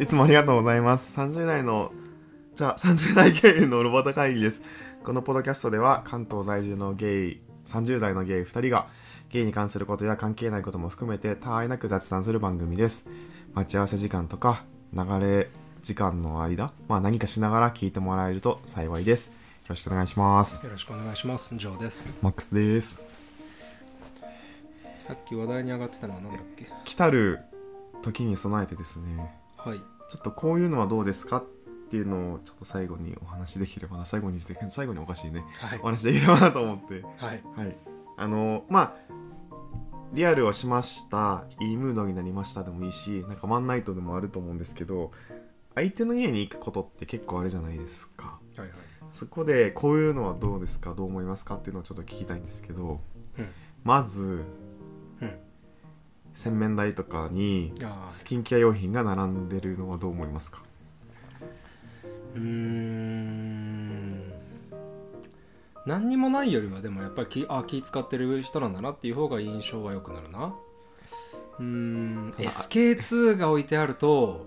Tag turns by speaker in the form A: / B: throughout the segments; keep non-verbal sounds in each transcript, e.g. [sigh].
A: いつもありがとうございます。30代の、じゃあ30代経営のロバート会議です。このポッドキャストでは関東在住のゲイ、30代のゲイ2人がゲイに関することや関係ないことも含めて他愛なく雑談する番組です。待ち合わせ時間とか流れ時間の間、まあ何かしながら聞いてもらえると幸いです。よろしくお願いします。
B: よろしくお願いします。ジョーです。
A: マックスです。
B: さっき話題に上がってたのは何だっけ
A: 来たる時に備えてですね。
B: はい。
A: ちょっとこういうのはどうですかっていうのをちょっと最後にお話できればな最後にで最後におかしいね
B: はい
A: お。話できればなと思って
B: はい。
A: はいあのまあリアルをしましたいいムードになりましたでもいいしなんかワンナイトでもあると思うんですけど相手の家に行くことって結構あるじゃないですか
B: はいはい。
A: そこでこういうのはどうですかどう思いますかっていうのをちょっと聞きたいんですけど
B: うん。
A: まず
B: うん。
A: 洗面台とかに
B: ああ。
A: スキンケア用品が並んでるのはどう思いますか
B: うーん。何にもないよりはでもやっぱり気あ気使ってる人なんだなっていう方が印象は良くなるな。うーん。
A: ただ
B: SK2 が置いてあると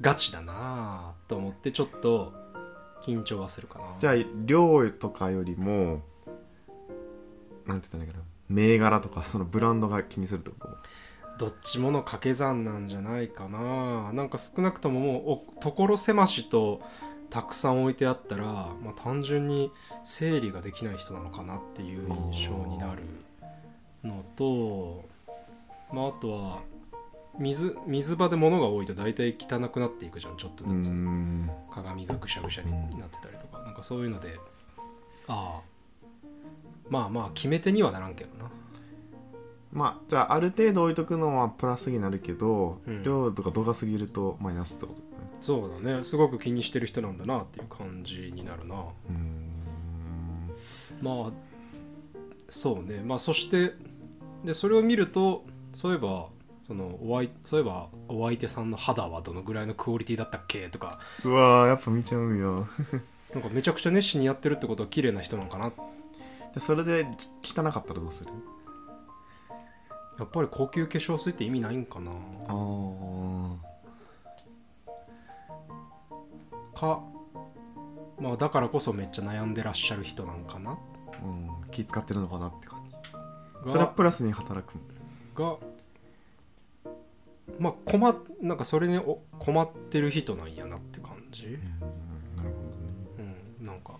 B: ガチだなぁと思ってちょっと緊張はするかな。
A: じゃあ量とかよりもなんて言ったらいいかな銘柄とかそのブランドが気にするってこと
B: どっちもの掛け算なんじゃないかななんか少なくとももうお所狭しとたくさん置いてあったら、まあ、単純に整理ができない人なのかなっていう印象になるのとまああとは水水場で物が多いと大体汚くなっていくじゃんちょっと
A: うー
B: ずつ
A: ん
B: 鏡がぐしゃぐしゃになってたりとかなんかそういうのでああまあまあ決め手にはならんけどな
A: まあじゃあある程度置いとくのはプラスになるけど、
B: うん
A: 量とか度が過ぎるとマイナスってことだね
B: そうだねすごく気にしてる人なんだなっていう感じになるな
A: うーん
B: まあそうねまあそしてでそれを見るとそういえばそのお相そういえばお相手さんの肌はどのぐらいのクオリティだったっけとか
A: うわーやっぱ見ちゃうよ
B: なんかめちゃくちゃ熱心にやってるってことは綺麗な人なのかな
A: でそれでち汚かったらどうする
B: やっぱり高級化粧水って意味ないんかな
A: ああ
B: かまあだからこそめっちゃ悩んでらっしゃる人なんかな
A: うん気使ってるのかなって感じそれは
B: が
A: プラスに働く
B: がまあ困っなんかそれにお困ってる人なんやなって感じ
A: うんなるほどね
B: うんなんか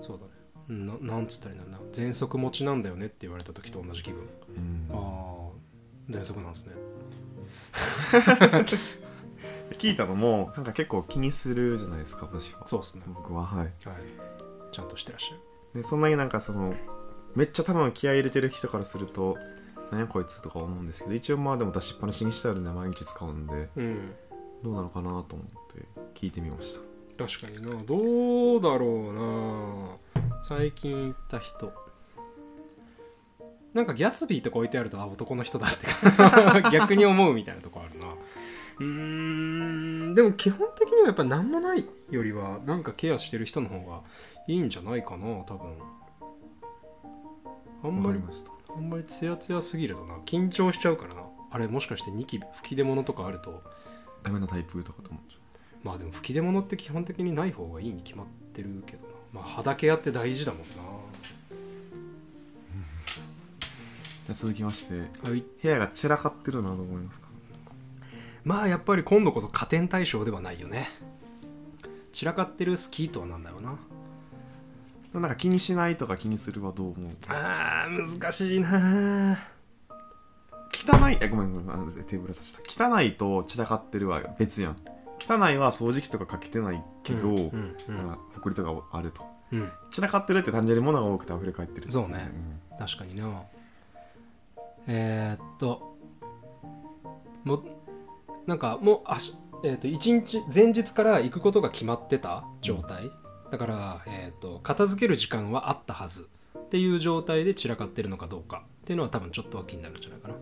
B: そうだねうんななんつったらいいんだろうな喘息持ちなんだよねって言われた時と同じ気分
A: うん
B: ああ喘息なんですね
A: 聞いたのもなんか結構気にするじゃないですか私は
B: そうっすね
A: 僕ははい
B: はいちゃんとしてらっしゃる
A: でそんなになんかそのめっちゃ多分気合い入れてる人からすると何やこいつとか思うんですけど一応まあでも出しっぱなしにしてあるんで毎日使うんで
B: うん
A: どうなのかなと思って聞いてみました
B: 確かになどうだろうな最近行った人なんかギャツビーとか置いてあるとあ男の人だって [laughs] 逆に思うみたいなとこあるなうーんでも基本的にはやっぱ何もないよりはなんかケアしてる人の方がいいんじゃないかな多分あん
A: わ
B: ま
A: か
B: り
A: りました
B: あんまりツヤツヤすぎるとな緊張しちゃうからなあれもしかしてニキビ吹き出物とかあると
A: ダメなタイプとかと思うんでしょ
B: まあでも吹き出物って基本的にない方がいいに決まってるけどなまあ肌ケアって大事だもん
A: じゃあ続きまして
B: なはい
A: 部屋が散らかってるなと思いますか
B: まあやっぱり今度こそ加点対象ではないよね散らかってるスキーとはなんだろうな
A: でもなんか気にしないとか気にするはどう思う
B: あー難しいなあ
A: 汚いあごめんごめんあのテーブルさした汚いと散らかってるは別やん汚いは掃除機とかかけてないけど、
B: うんうんう
A: なん
B: ん
A: かほこりとかあると
B: うん
A: 散らかってるって単純に物が多くて溢れ返ってる
B: そうね確かになえー、っともうなんかもうあし、えーっと一日前日から行くことが決まってた状態だから、えーっと片付ける時間はあったはずっていう状態で散らかってるのかどうかっていうのは多分ちょっとは気になるんじゃないかな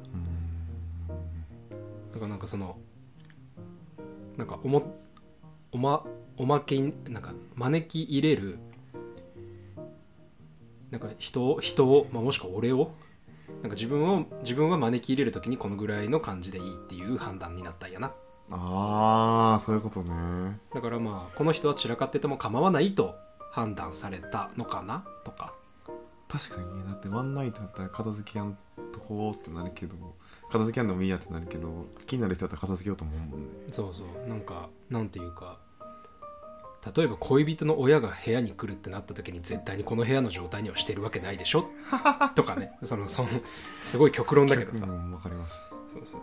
B: だからなんかそのなんかおもおまおまけになんか招き入れるなんか人を人を、まあ、もしくは俺をなんか自分を自分は招き入れる時にこのぐらいの感じでいいっていう判断になったんやなっ
A: ああそういうことね
B: だからまあこの人は散らかってても構わないと判断されたのかなとか
A: 確かにねだってワンナイトだったら片付けやんとこうってなるけど片付けやんでもいいやってなるけど気になる人だったら片付けようと思うもんね
B: そうそうなんかなんていうか例えば恋人の親が部屋に来るってなった時に絶対にこの部屋の状態にはしてるわけないでしょとかねそのそのすごい極論だけ
A: [laughs]
B: どさ、
A: うん、わかりました
B: そうそう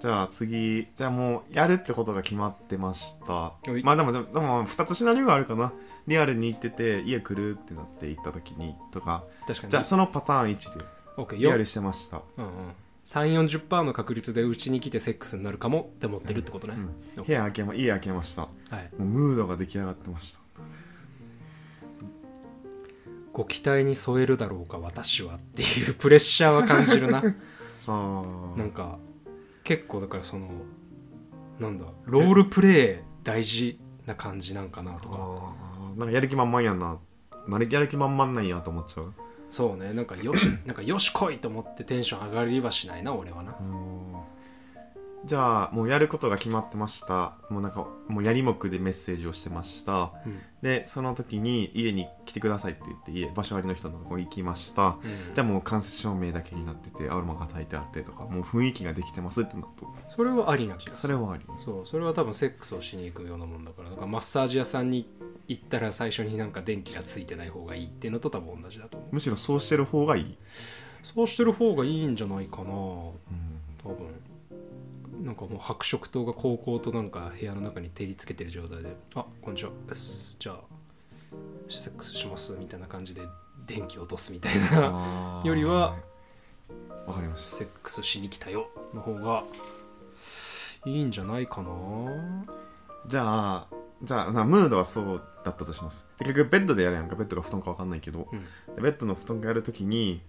A: じゃあ次じゃあもうやるってことが決まってました
B: おい
A: まあでもでもでも2つシナリオがあるかなリアルに行ってて家来るってなって行った時にとか
B: 確かに
A: じゃあそのパターン1で
B: OK
A: リア
B: よ
A: ルしてました
B: うんうん、340%の確率でうちに来てセックスになるかもって思ってるってことね、
A: う
B: OK
A: ん、部屋開けま家開けましたも
B: はい、
A: うムードが出来上がってました
B: ご期待に添えるだろうか私はっていうプレッシャーは感じるな
A: ああ
B: なんか結構だからそのなんだロールプレイ大事な感じなんかなとか
A: あーなんかやる気満々やんななるやる気満々なんやと思っちゃう
B: そうねなんかよ
A: [coughs]
B: しなんかよし来いと思ってテンション上がりはしないな俺はな
A: うんじゃあもうやることが決まってましたもうなんかもうやりもくでメッセージをしてました
B: うん、
A: でその時に家に来てくださいって言って家場所割りの人のとこ行きました
B: うん
A: じゃあもう間接照明だけになっててアロマが焚いてあってとかもう雰囲気ができてますってなっ
B: それはありな気
A: た
B: がす
A: そ
B: る
A: れはあり
B: そうそれは多分セックスをしに行くようなもんだからだからマッサージ屋さんに行ったら最初になんか電気がついてない方がいいっていうのと多分同じだと思う
A: むしろそうしてる方がいい、
B: そうしてる方がいいんじゃないかな多
A: [laughs] うん
B: 分なんかもう白色灯が高校となんか部屋の中に照りつけてる状態で「あこんにちはうっすじゃあセックスします」みたいな感じで電気を落とすみたいな
A: あー
B: よりは
A: わかりました
B: セックスしに来たよの方がいいんじゃないかな
A: じゃあじゃあなムードはそうだったとします結局ベッドでやるやんかベッドか布団か分かんないけど
B: うん
A: でベッドの布団がやるときに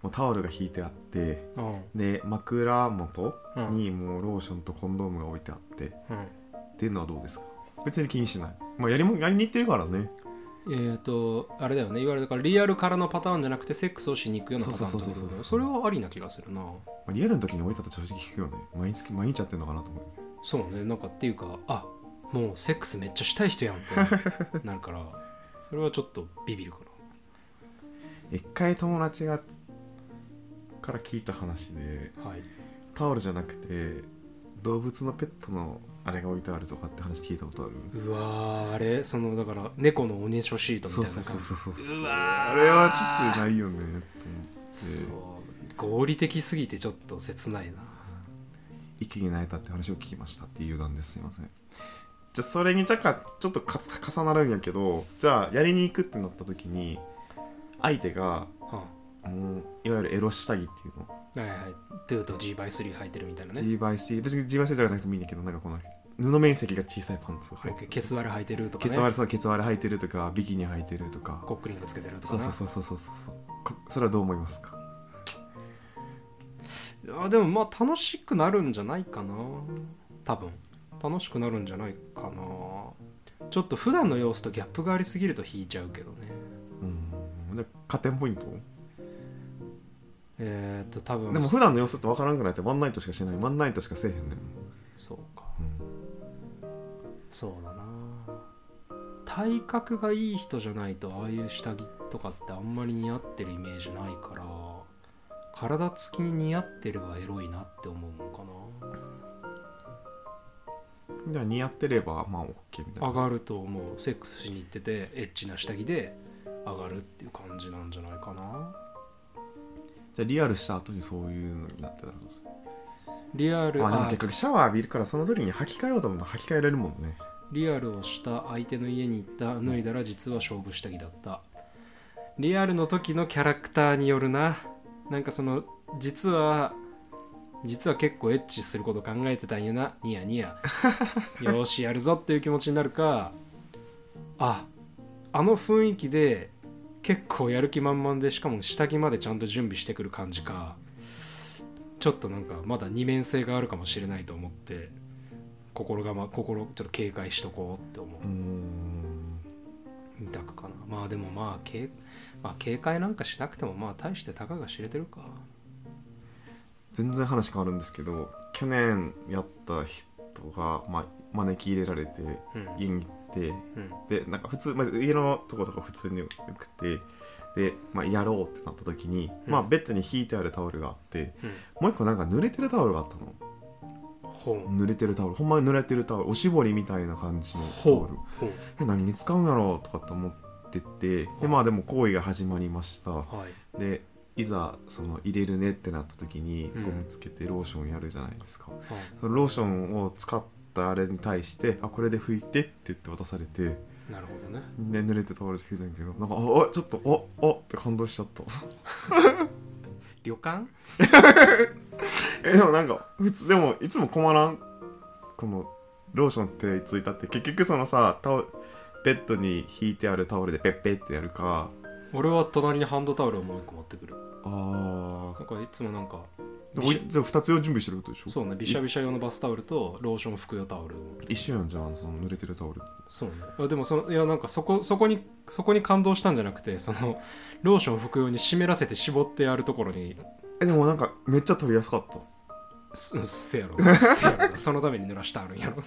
A: もうタオルが引いてあって
B: あ
A: で枕元
B: あうん
A: にもうローションとコンドームが置いてあって、
B: うん
A: っていうのはどうですか別に気にしない、まあ、やりもやりに行ってるからね
B: えー、とあれだよねいわゆるだからリアルからのパターンじゃなくてセックスをしに行くようなパターンってこと
A: そうそうそうそうそう
B: それはありな気がするな
A: まあリアルの時に置いたと正直聞くよね毎月毎日やってんのかなと思う
B: そうねなんかっていうかあもうセックスめっちゃしたい人やんっ
A: [laughs]
B: てなるからそれはちょっとビビるか
A: 一回友達がから聞いた話で
B: なはい
A: タオルじゃなくて動物のペットのあれが置いてあるとかって話聞いたことある
B: うわーあれそのだから猫のおねしょシートみた
A: そ
B: いうな
A: そうそうそうそう
B: うわー
A: あれはちょっとないよねって思って
B: そう合理的すぎてちょっと切ないな
A: 一気に泣いたって話を聞きましたっていう余談ですすいませんじゃあそれにじゃかちょっとかつ重なるんやけどじゃあやりに行くってなった時に相手が
B: は
A: もういわゆるエロ下着っていうの
B: いはいはいトゥーと G バイ3履いてるみたいなね
A: G バイ C 別に G バイ C じゃなくてもいいんだけどなんかこの布面積が小さいパンツを履い
B: OK
A: て
B: ケツ割れ履いてるとか
A: ケ
B: ね
A: ツ割れそうケツ割れ履いてるとかビキニ履いてるとか
B: コックリングつけてるとか
A: そう
B: ね
A: そうそうそうそうそうこそれはどう思いますか
B: あでもまあ楽しくなるんじゃないかな多分楽しくなるんじゃないかなちょっと普段の様子とギャップがありすぎると引いちゃうけどね
A: うんじゃあ加点ポイント
B: えー、っと多分
A: でも普段の様子って分からんくなってワンナイトしかしないワンナイトしかせえへんねん、
B: そうか
A: うん
B: そうだな体格がいい人じゃないとああいう下着とかってあんまり似合ってるイメージないから体つきに似合ってればエロいなって思うのか
A: じゃあ似合ってればまあ OK みたい
B: な上
A: な
B: がると思うセックスしに行っててエッチな下着で上がるっていう感じなんじゃないかな
A: じゃあリアルした後にそういうのになってたらどうする
B: リアル
A: まあでも
B: あ
A: 結局シャワー浴びるからその時に履き替えようと思うと履き替えられるもんね
B: リアルをした相手の家に行った脱いだら実は勝負下着だったリアルの時のキャラクターによるななんかその実は実は結構エッチすること考えてたんやなニヤニヤよーしやるぞっていう気持ちになるかああの雰囲気で結構やる気満々でしかも下着までちゃんと準備してくる感じかちょっとなんかまだ二面性があるかもしれないと思って心がま心ちょっと警戒しとこうって思う
A: うーん
B: 二択かなまあでもまあ警,、まあ、警戒なんかしなくてもまあ大してたかが知れてるか
A: 全然話変わるんですけど去年やったひとか、まあ、招き入れられて
B: うん
A: 家に行って
B: うん
A: でなんか普通、まあ、家のとことか普通によくてで、まあ、やろうってなった時に、
B: うん
A: まあ、ベッドに敷いてあるタオルがあって
B: うん
A: もう一個なんか濡れてるタオルがあったの
B: ほう
A: 濡れてるタオルほんまに濡れてるタオルおしぼりみたいな感じのタオ
B: ほ
A: ル
B: うほ
A: え何に使うんやろうとかって思っててでまあでも行為が始まりました
B: うはい
A: でいざその入れるねってなった時に
B: うん
A: ゴムつけてローションやるじゃないですか、
B: はい
A: そのローションを使ったあれに対して「あこれで拭いて」って言って渡されて、
B: なるほどね
A: ね、濡れて倒れて拭いたんやけどなんか「ああちょっとおおって感動しちゃった
B: 旅館
A: えでもなんか普通でもいつも困らんこのローションってついたって結局そのさタオベッドに引いてあるタオルでペッペッってやるか
B: 俺は隣にハンドタオルをもう一個持ってくる
A: あ
B: なんかいつもなんか
A: あ2つ用準備してることでしょ
B: そうねびしゃびしゃ用のバスタオルとローション服用タオルを
A: 一緒やんじゃんその濡れてるタオル
B: そうねあでもそのいやなんかそこそこにそこに感動したんじゃなくてそのローション服用に湿らせて絞ってやるところに
A: えでもなんかめっちゃ取りやすかった [laughs]
B: すうっせやろうっせやろなそのために濡らしてあるんやろ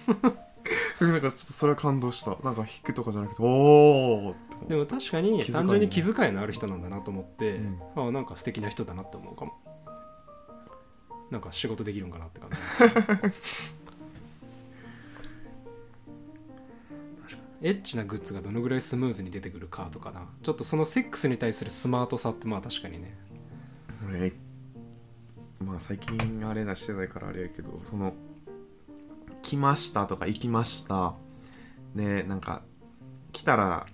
A: うんなんかちょっとそれは感動したなんか引くとかじゃなくておお
B: でも確かに
A: 気遣いね
B: 単純に気遣いのある人なんだなと思って、
A: うん
B: あなんか素敵な人だなって思うかもなんか仕事できるんかなって感じ
A: [laughs]
B: エッチなグッズがどのぐらいスムーズに出てくるかとかなちょっとそのセックスに対するスマートさってまあ確かにね
A: 俺まあ最近あれなしてないからあれやけどその「来ました」とか「行きました」でなんか来たら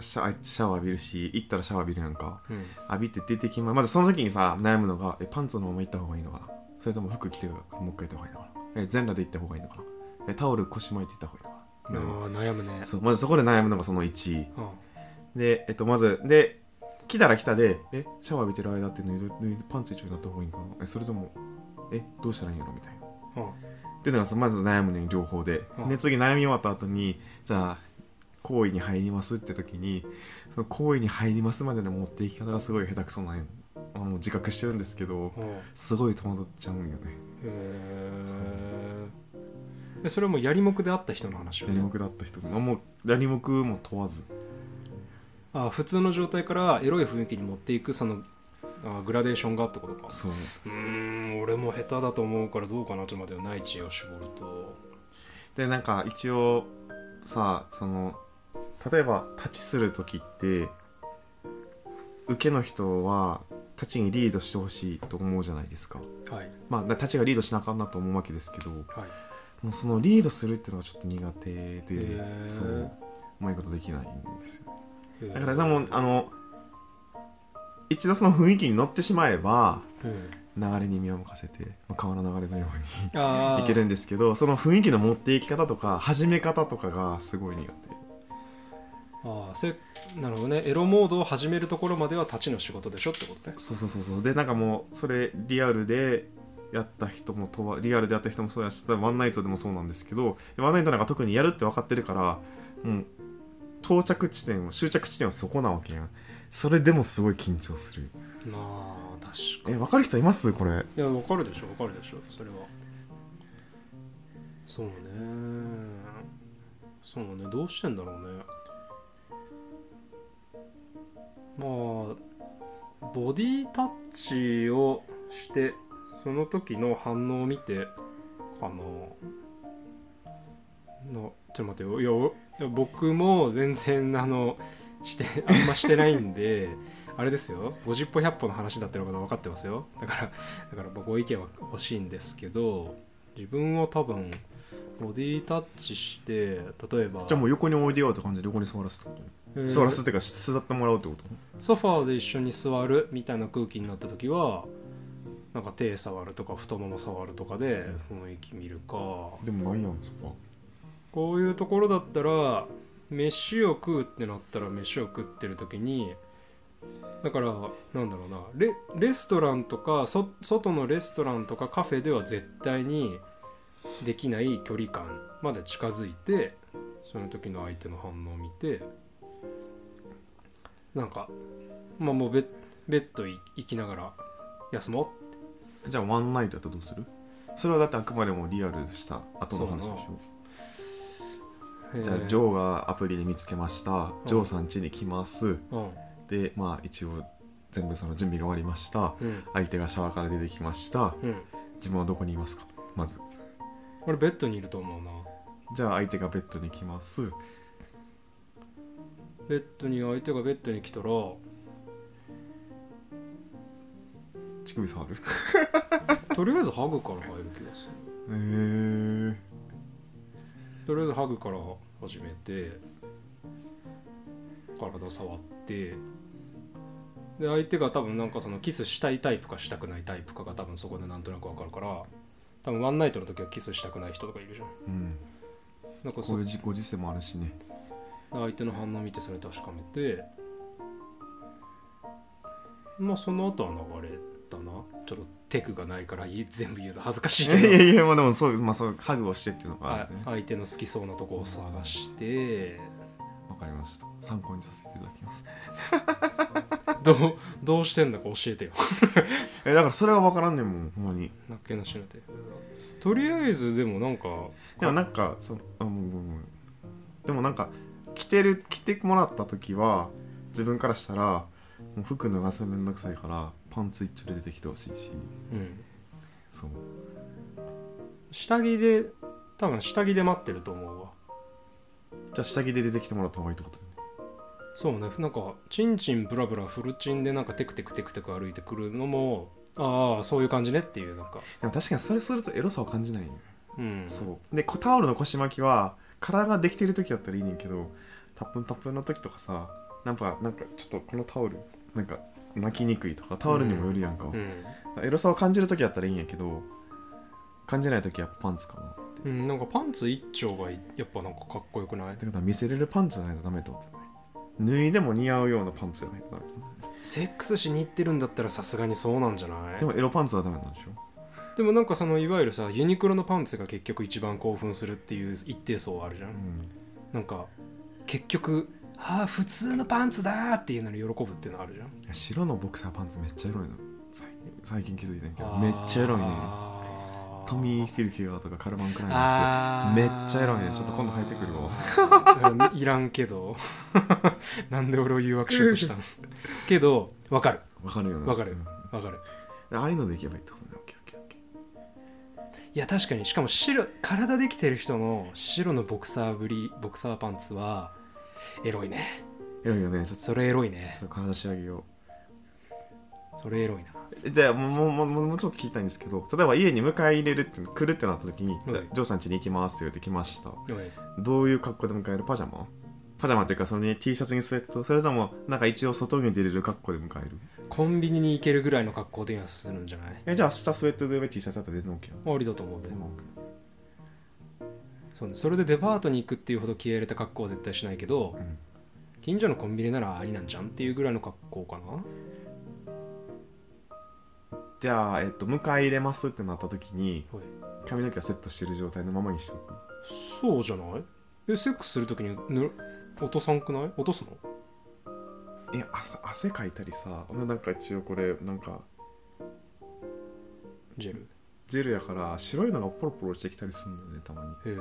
A: シャシャワー浴びるし行ったらシャワー浴びるやんか
B: うん
A: 浴びて出てきままずその時にさ悩むのがえパンツのまま行った方がいいのかなそれとも服着てもう一回行った方がいいのかなえ全裸で行った方がいいのかなえタオル腰巻いて行った方がいいのかな、
B: ああ悩むね
A: そうまずそこで悩むのがその1
B: ああ
A: で、えっと、まず、で、来たら来たで、え、シャワー浴びてる間って脱いで脱いでパンツ一丁になった方がいいんかなえ、それとも、え、どうしたらいいんやろみたいな。っ
B: ああ
A: ていうのが、そまず悩むねん、両方で。
B: うん
A: で、次悩み終わった後に、じゃあ、行為に入りますって時に、その行為に入りますまでの持っていき方がすごい下手くそなんよ。あもう自覚してるんですけど、
B: ああへ
A: すごい戸惑っちゃうんよね。
B: ええそれはもうやりもくで会った人の話よ
A: やりもくだった人も、もう、やりもくも問わず。
B: ああ普通の状態からエロい雰囲気に持っていくそのああグラデーションがってことか
A: そう。
B: うーん俺も下手だと思うからどうかなちょっと待ってよ内地を絞ると
A: でなんか一応さその例えば立ちする時って受けの人は立ちにリードしてほしいと思うじゃないですか
B: はい
A: まあな立ちがリードしなあかんなと思うわけですけども
B: はい、
A: うそのリードするっていうのはちょっと苦手で
B: ー
A: そううまいことできないんですよ
B: えー
A: だからさもうあの一度その雰囲気に乗ってしまえば
B: うん
A: 流れに身を任せて、まあ、川の流れのように
B: ああ
A: いけるんですけどその雰囲気の持っていき方とか始め方とかがすごい苦手
B: ああそれなるほどねエロモードを始めるところまでは立ちの仕事でしょってことね
A: そうそうそうそうでなんかもうそれリアルでやった人もとはリアルでやった人もそうやしワンナイトでもそうなんですけどワンナイトなんか特にやるって分かってるからもう到着地点を終着地点はそこなわけやんそれでもすごい緊張する
B: まあ確か
A: え
B: に
A: 分かる人いますこれ
B: いやわかるでしょわかるでしょそれはそうねそうねどうしてんだろうねまあボディタッチをしてその時の反応を見てあののちょっと待ってよいやおいや僕も全然あのしてあんましてないんで [laughs] あれですよ50歩100歩の話だってのことは分かってますよだからだからまあご意見は欲しいんですけど自分は多分ボディタッチして例えば
A: じゃあもう横においでよって感じで横に座らすってこと、
B: えー
A: 座らすっていうか座ってもらうってこと
B: ソファーで一緒に座るみたいな空気になった時はなんか手触るとか太もも触るとかで雰囲気見るか
A: でもないやんそこは
B: こういうところだったら飯を食うってなったら飯を食ってる時にだからなんだろうなレレストランとかそ外のレストランとかカフェでは絶対にできない距離感まで近づいてその時の相手の反応を見てなんかまあもうベッベッドい行きながら休もう
A: じゃあワンナイトやったらどうするそれはだってあくまでもリアルした後の話でしょ
B: へえ
A: じゃあジョーがアプリで見つけました
B: ん
A: ジョーさん家に来ます
B: うん
A: でまあ一応全部その準備が終わりました
B: うん
A: 相手がシャワーから出てきました
B: うん
A: 自分はどこにいますかまず
B: 俺ベッドにいると思うな
A: じゃあ相手がベッドに来ます
B: ベッドに相手がベッドに来たら
A: 乳首
B: [laughs]
A: 触るへ
B: とりあえずハグから入る気がする
A: えー、
B: とりあえずハグから始めて体触ってで相手が多分なんかそのキスしたいタイプかしたくないタイプかが多分そこでなんとなくわかるから多分ワンナイトの時はキスしたくない人とかいるじゃん
A: うん
B: なんか
A: こ
B: そう
A: いう
B: う
A: 自己時世もあるしね
B: 相手の反応を見てそれ確かめてまあその後は流れだなちょっとテクがないからい全部言うの恥ずか [laughs] しい
A: い
B: け
A: や [laughs]
B: ど
A: いやいやまあでもそう,、まあ、そうハグをしてっていうのがあ
B: は
A: るね
B: い相手の好きそうなとこを探
A: [laughs]
B: して
A: わかりました参考にさせていただきます
B: どうどうしてんだか教えてよ [laughs]
A: えだからそれは分からんねんもんほんまに
B: なっけなしのてとりあえずでもなんか
A: でもなんかそのあもうもうもうでもなんか着てる着てもらった時は自分からしたらもう服脱がすのめんどくさいからパンツ一丁で出てきてほしいし
B: うん
A: そう
B: 下着で多分下着で待ってると思うわ
A: じゃあ下着で出てきてもらった方がいいってこと
B: そうねなんかチンチンブラブラフルチンでなんかテクテクテクテク歩いてくるのもああそういう感じねっていうなんか
A: でも確かにそれするとエロさを感じないよ、
B: うん
A: そうでこタオルの腰巻きは体ができてる時だったらいいねんけどタップンタップンの時とかさなんかなんかちょっとこのタオルなんか巻きにくいとかタオルにもよるやんか、
B: うん、
A: エロさを感じる時だったらいいんやけど感じない時はやっぱパンツかなって
B: うん、なんかパンツ一丁がいやっぱなんかかっこよくない
A: ってことは見せれるパンツじゃないとダメってことだね脱いでも似合うようなパンツじゃないとダメ
B: セックスしに行ってるんだったらさすがにそうなんじゃない
A: でもエロパンツはダメなんでしょ
B: でもなんかそのいわゆるさユニクロのパンツが結局一番興奮するっていう一定層はあるじゃん、
A: うん
B: なんか結局ああ普通のパンツだーっていうのに喜ぶっていうのあるじゃん
A: いや白のボクサーパンツめっちゃエロいの最最近気づいたんやけどめっちゃエロいね
B: あー
A: トミー・フィルフィガーとかカルマン・クラインのや
B: あー
A: めっちゃエロいねちょっと今度入ってくる
B: うん [laughs] いらんけどなんで俺を誘惑しようとした [laughs] のけどわかる
A: つわかるよね
B: わかる
A: うん
B: わかる
A: でああいうのでいけばいいってことねオッケーオッケーオッケー
B: いや確かにしかも白体できてる人の白のボクサーぶりボクサーパンツはエロいね
A: エロいよねちょっと
B: それエロいね
A: ちょっと体仕上げよう
B: それエロいな
A: えじゃあもうもうもうもうちょっと聞きたいんですけど例えば家に迎え入れるって来るってなった時に、
B: うん
A: じゃあジョーさん家に行きますって言って来ました
B: うん
A: どういう格好で迎えるパジャマパジャマっていうかその、ね、T シャツにスウェットそれともなんか一応外に出れる格好で迎える
B: コンビニに行けるぐらいの格好ではするんじゃない
A: えじゃあ明日スウェットで上 T シャツだったら全然 OK よ
B: ありだと思うねそうねそれでデパートに行くっていうほど気合い入れた格好は絶対しないけど
A: うん
B: 近所のコンビニならありなんじゃんっていうぐらいの格好かな
A: じゃあ、えっと、迎え入れますってなった時に髪の毛はセットしてる状態のままにしておく
B: そうじゃないえセックスするときにぬ落とさんくない落とすの
A: え汗汗かいたりさ俺なんか一応これなんか
B: ジェル
A: ジェルやから白いのがポロポロしてきたりするのねたまに
B: へ
A: そ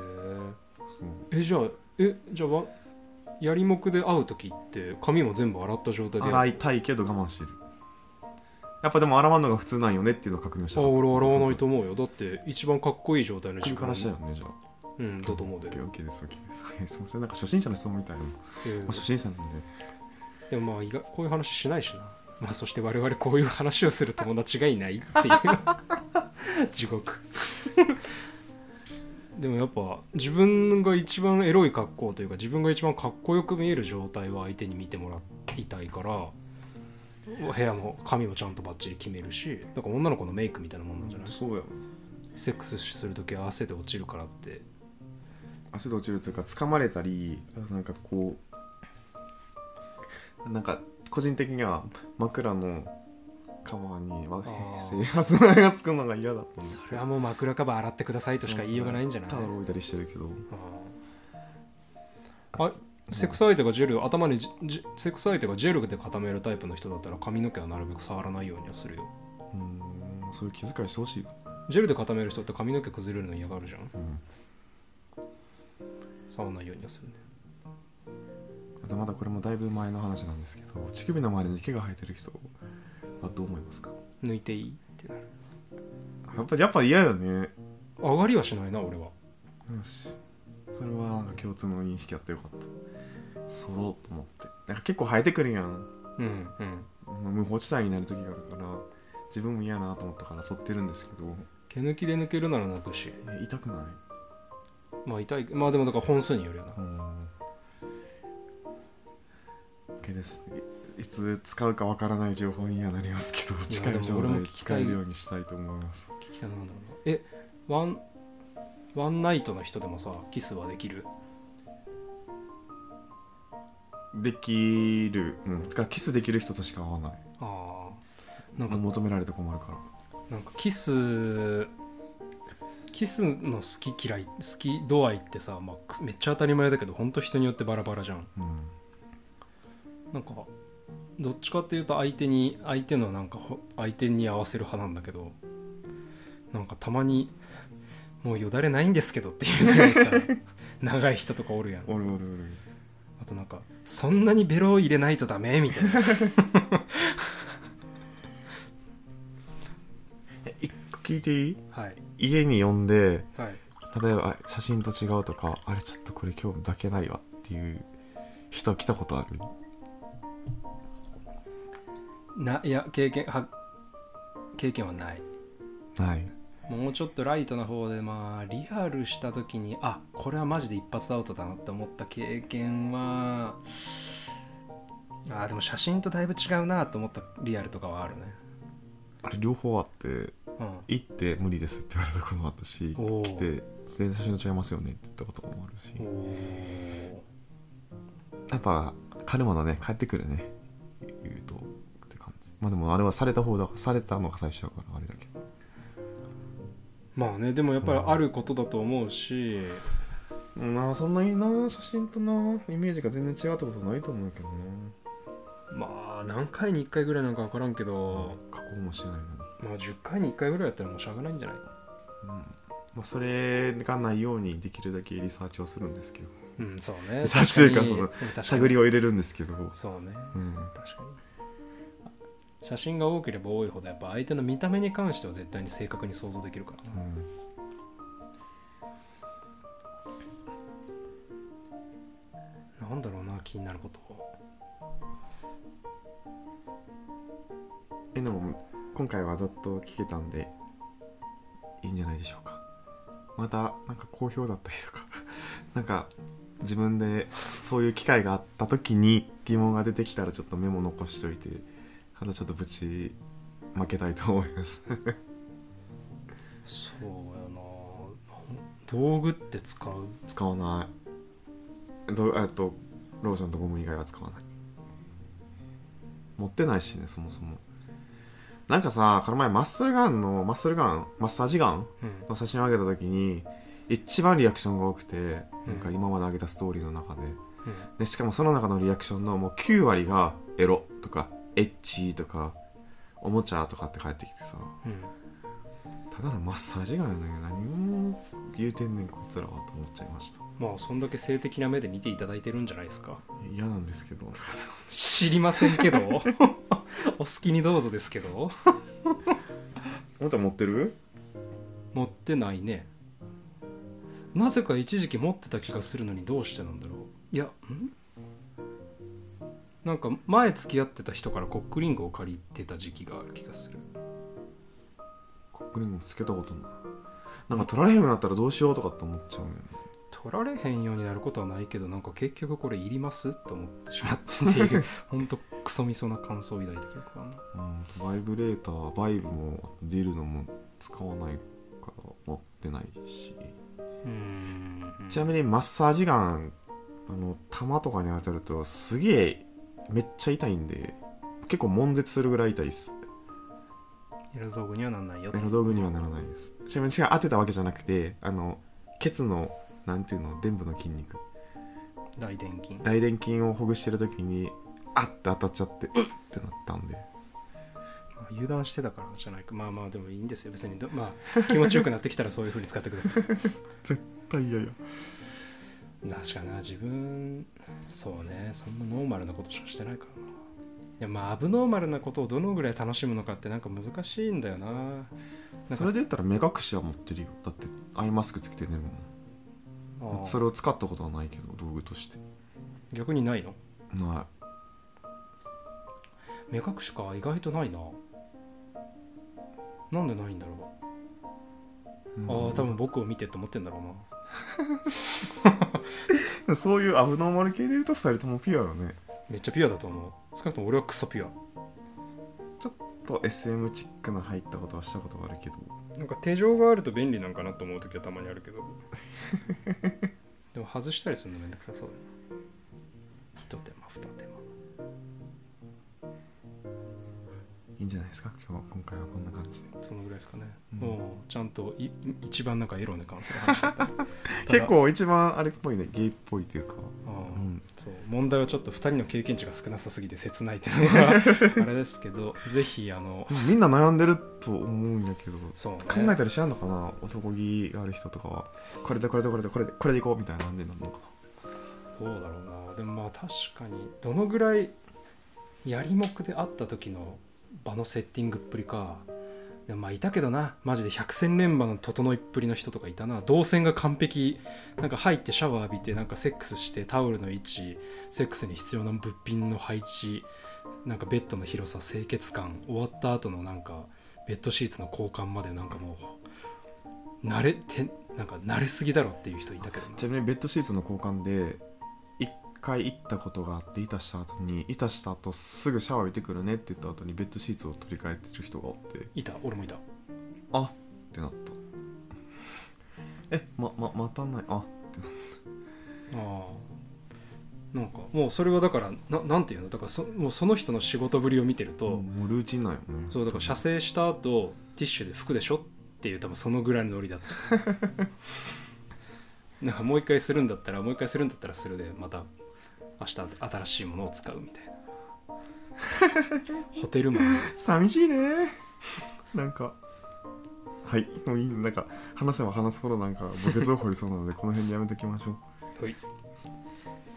A: う
B: ええじゃあえじゃあわやりもくで会うときって髪も全部洗った状態で
A: 洗
B: い
A: いたいけど我慢してるやっぱでも洗わんのが普通なんよねっていうのを確認した
B: あ
A: かった
B: 俺洗わないと
A: そうそう
B: 思うよだって一番かっこいい状態の
A: そう
B: 時
A: 首
B: 間
A: からしたよねじゃあ
B: うんだと思うで、
A: OK OK です OK ですはいすいませんなんか初心者の質問みたいな、ま
B: えー
A: あ、初心者なんで
B: でもまあ意外こういう話しないしな、まあ、そして我々こういう話をする友達がいないっていう地獄でもやっぱ自分が一番エロい格好というか自分が一番かっこよく見える状態は相手に見てもらいたいから部屋も髪もちゃんとバッチリ決めるしだから女の子のメイクみたいなもんなんじゃない
A: そうだよ
B: セックスする時は汗で落ちるからって
A: 汗で落ちるというか掴まれたりあとなんかこうなんか個人的には枕のカバーにわ
B: あー
A: 生活のがつくのが嫌だった
B: それはもう枕カバー洗ってくださいとしか言いようがないんじゃない
A: タオル置いたりしてるけど
B: ああセックス相手がジェル頭にジジセックス相手がジェルで固めるタイプの人だったら髪の毛はなるべく触らないようにはするよ
A: うーんそういう気遣いしてほしい
B: ジェルで固める人って髪の毛崩れるの嫌がるじゃん
A: うん
B: 触らないようにはするね
A: あとまだこれもだいぶ前の話なんですけど乳首の周りに毛が生えてる人はどう思いますか
B: 抜いていいってなる
A: やっぱやっぱ嫌よね
B: 上がりはしないな俺は
A: よしそれはなんか共通の認識あってよかったそうと思ってなんか結構生えてくるやん
B: うんうん
A: まあ無法地帯になる時があるから自分も嫌やなと思ったから剃ってるんですけど
B: 毛抜きで抜けるなら抜くし
A: え痛くない
B: まあ痛いまあでもだから本数によるよな
A: うん毛ですいいつ使うかわからない情報にはなりますけど近い
B: でも
A: 将
B: 俺も聞
A: 来
B: き
A: 使
B: た
A: え
B: い
A: るようにしたいと思います
B: 聞きたいなんだろうなえワンワンナイトの人でもさキスはできる
A: できるうんだからキスできる人としか会わない
B: ああなんか
A: 求められて困るから
B: なんかキスキスの好き嫌い好き度合いってさ、まあく、めっちゃ当たり前だけど本当人によってバラバラじゃん
A: うん
B: なんかどっちかっていうと相手に相手のなんかほ相手に合わせる派なんだけどなんかたまにもうよだれないんですけどっていうぐらいさ長い人とかおるやん
A: おるおるおる
B: あとなんかそんなにベロを入れないとダメみたいな
A: 一個聞いていい
B: はい
A: 家に呼んで
B: はい
A: 例えばあ写真と違うとかあれちょっとこれ今日抱けないわっていう人来たことある
B: ないや経験は経験はない
A: ない
B: もうちょっとライトな方でまあリアルした時にあこれはマジで一発アウトだなって思った経験はあーでも写真とだいぶ違うなと思ったリアルとかはあるね
A: あれ両方あって
B: う
A: 行って無理ですって言われたこともあったし
B: おー
A: 来て全然写真と違いますよねって言ったこともあるし
B: んお
A: やっぱ彼ものね帰ってくるね言うとって感じまあでもあれはされた方だされたのが最初だからあれだけど
B: まあねでもやっぱりあることだと思うし、
A: まあそんなにな写真となイメージが全然違うってことないと思うけどな
B: まあ何回に1回ぐらいなんか分からんけど、
A: 加工もしてないのに
B: まあ10回に1回ぐらいやったらもうしゃあないんじゃない
A: まあ、それがないようにできるだけリサーチをするんですけど
B: うん [laughs] そうね
A: 最終回
B: 確に
A: その
B: 確かに
A: 探りを入れるんですけど、
B: そうね
A: うん、
B: 確かに写真が多ければ多いほどやっぱ相手の見た目に関しては絶対に正確に想像できるからななんだろうな気になること
A: えでも今回はざっと聞けたんでいいんじゃないでしょうかまたなんか好評だったりとか [laughs] なんか自分でそういう機会があった時に疑問が出てきたらちょっとメモ残しといてまたちょっとぶち負けたいと思います
B: そうやな道具って使う
A: 使わないどえっとローションとゴム以外は使わない持ってないしねそもそもなんかさこの前マッスルガンのマッスルガンマッサージガン
B: うん
A: の写真を上げた時に一番リアクションが多くて、なんか
B: うん
A: 今まで上げたストーリーの中で
B: うん
A: でしかもその中のリアクションのもう9割がエロとかエッチとかおもちゃとかって返ってきてさ
B: うん
A: ただのマッサージガンやねんけど何を言うてんねんこいつらはと思っちゃいました
B: まあそんだけ性的な目で見ていただいてるんじゃないですか
A: 嫌なんですけど
B: 知りませんけど [laughs] お好きにどうぞですけど
A: おもちゃ持ってる
B: 持ってないねなぜか一時期持ってた気がするのにどうしてなんだろういやんなんか前付き合ってた人からコックリングを借りてた時期がある気がする
A: コックリングつけたことないなんか取られへんようになったらどうしようとかって思っちゃうよね
B: 取られへんようになることはないけどなんか結局これいりますと思ってしまったって
A: [laughs]
B: いうほんとクソみそな感想を抱いた記憶があるな
A: うんバイブレーターバイブもディルのも使わないから持ってないし
B: うーん
A: ちなみにマッサージガンあの弾とかに当たるとすげえめっちゃ痛いんで結構悶絶するぐらい痛いです
B: エロ道具にはなんないよ
A: エロ道具にはならないですちなみに違う当てたわけじゃなくてあのケツのなんていうの臀部の筋肉
B: 大電筋
A: 大臀筋をほぐしてる時にあって当たっちゃってうっってなったんで
B: あ油断してたからじゃないかまあまあでもいいんですよ別にど、まあ、気持ちよくなってきたらそういうふうに使ってください
A: 絶対嫌よ
B: 確かな自分そうねそんなノーマルなことしかしてないからなでまあアブノーマルなことをどのぐらい楽しむのかってなんか難しいんだよななんか
A: それで言ったら目隠しは持ってるよだってアイマスクつけてね
B: あ
A: もん
B: ー
A: それを使ったことはないけど道具として
B: 逆にないの
A: な
B: 目隠しか意外とないななんでないんだろう
A: い、うん
B: ああ多分僕を見てって思ってんだろうな
A: [laughs] そういうアブノーマル系で言うと2人ともピュアだね
B: めっちゃピュアだと思う少なくとも俺はクソピュア
A: と SM チックの入ったことはしたことがあるけど
B: なんか手錠があると便利なんかなと思う時はたまにあ
A: [laughs]
B: るけどでも外したりするのめんどくさそうだな一手間二手間
A: いいんじゃないですか今日は今回はこんな感じで
B: そのぐらいですかね、
A: うん
B: もうちゃんとい一番なんかエロに関する話だっ
A: [laughs]
B: たただ
A: 結構一番あれっぽいねゲイっぽいというか
B: あー
A: うん
B: そう問題はちょっと2人の経験値が少なさすぎて切ないっていうのが [laughs] あれですけどぜひあの
A: でもみんな悩んでると思うんだけど
B: そう、ね、
A: 考えたりしないのかな男気がある人とかはこれでこれでこれでこれでこれでいこうみたいな感じになるのか
B: どうだろうなでもまあ確かにどのぐらいやりもくで会った時の場のセッティングっぷりかでもまあいたけどなマジで百戦錬磨の整いっぷりの人とかいたな動線が完璧なんか入ってシャワー浴びてなんかセックスしてタオルの位置セックスに必要な物品の配置なんかベッドの広さ清潔感終わった後のなんかベッドシーツの交換までなんかもう慣れてなんか慣れすぎだろっていう人いたけどな
A: ちなみにベッドシーツの交換で一回行ったことがあっていたした後にいたした後すぐシャワー浴びてくるねって言った後にベッドシーツを取り替えてる人がおって
B: いた俺もいた
A: あってなったえまままたないあってなっ
B: ああなんかもうそれはだからななんていうのだからそもうその人の仕事ぶりを見てる
A: た
B: と、
A: もうルーチンなんよね
B: そうだから射精した後ティッシュで拭くでしょっていう多分そのぐらいのノリだった [laughs] なんかもう一回するんだったらもう一回するんだったらそれでまた明日新しいものを使うみたい [laughs] なホテルマン
A: 寂しいね [laughs] なんかはいもういいなんか話せば話すほどなんか墓穴を掘りそうなのでこの辺でやめときましょう
B: はい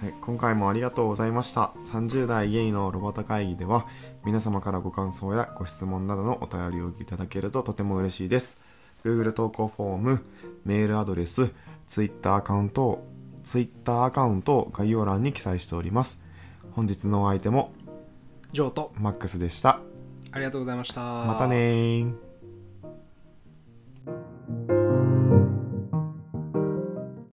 A: はい、今回もありがとうございました。30代ゲイのロボタ会議では、皆様からご感想やご質問などのお便りをいただけるととても嬉しいです。Google 投稿フォーム、メールアドレス、Twitter アカウントを、Twitter アカウントを概要欄に記載しております。本日のお相手も
B: ジョーと
A: マックスでした。
B: ありがとうございました
A: またねー。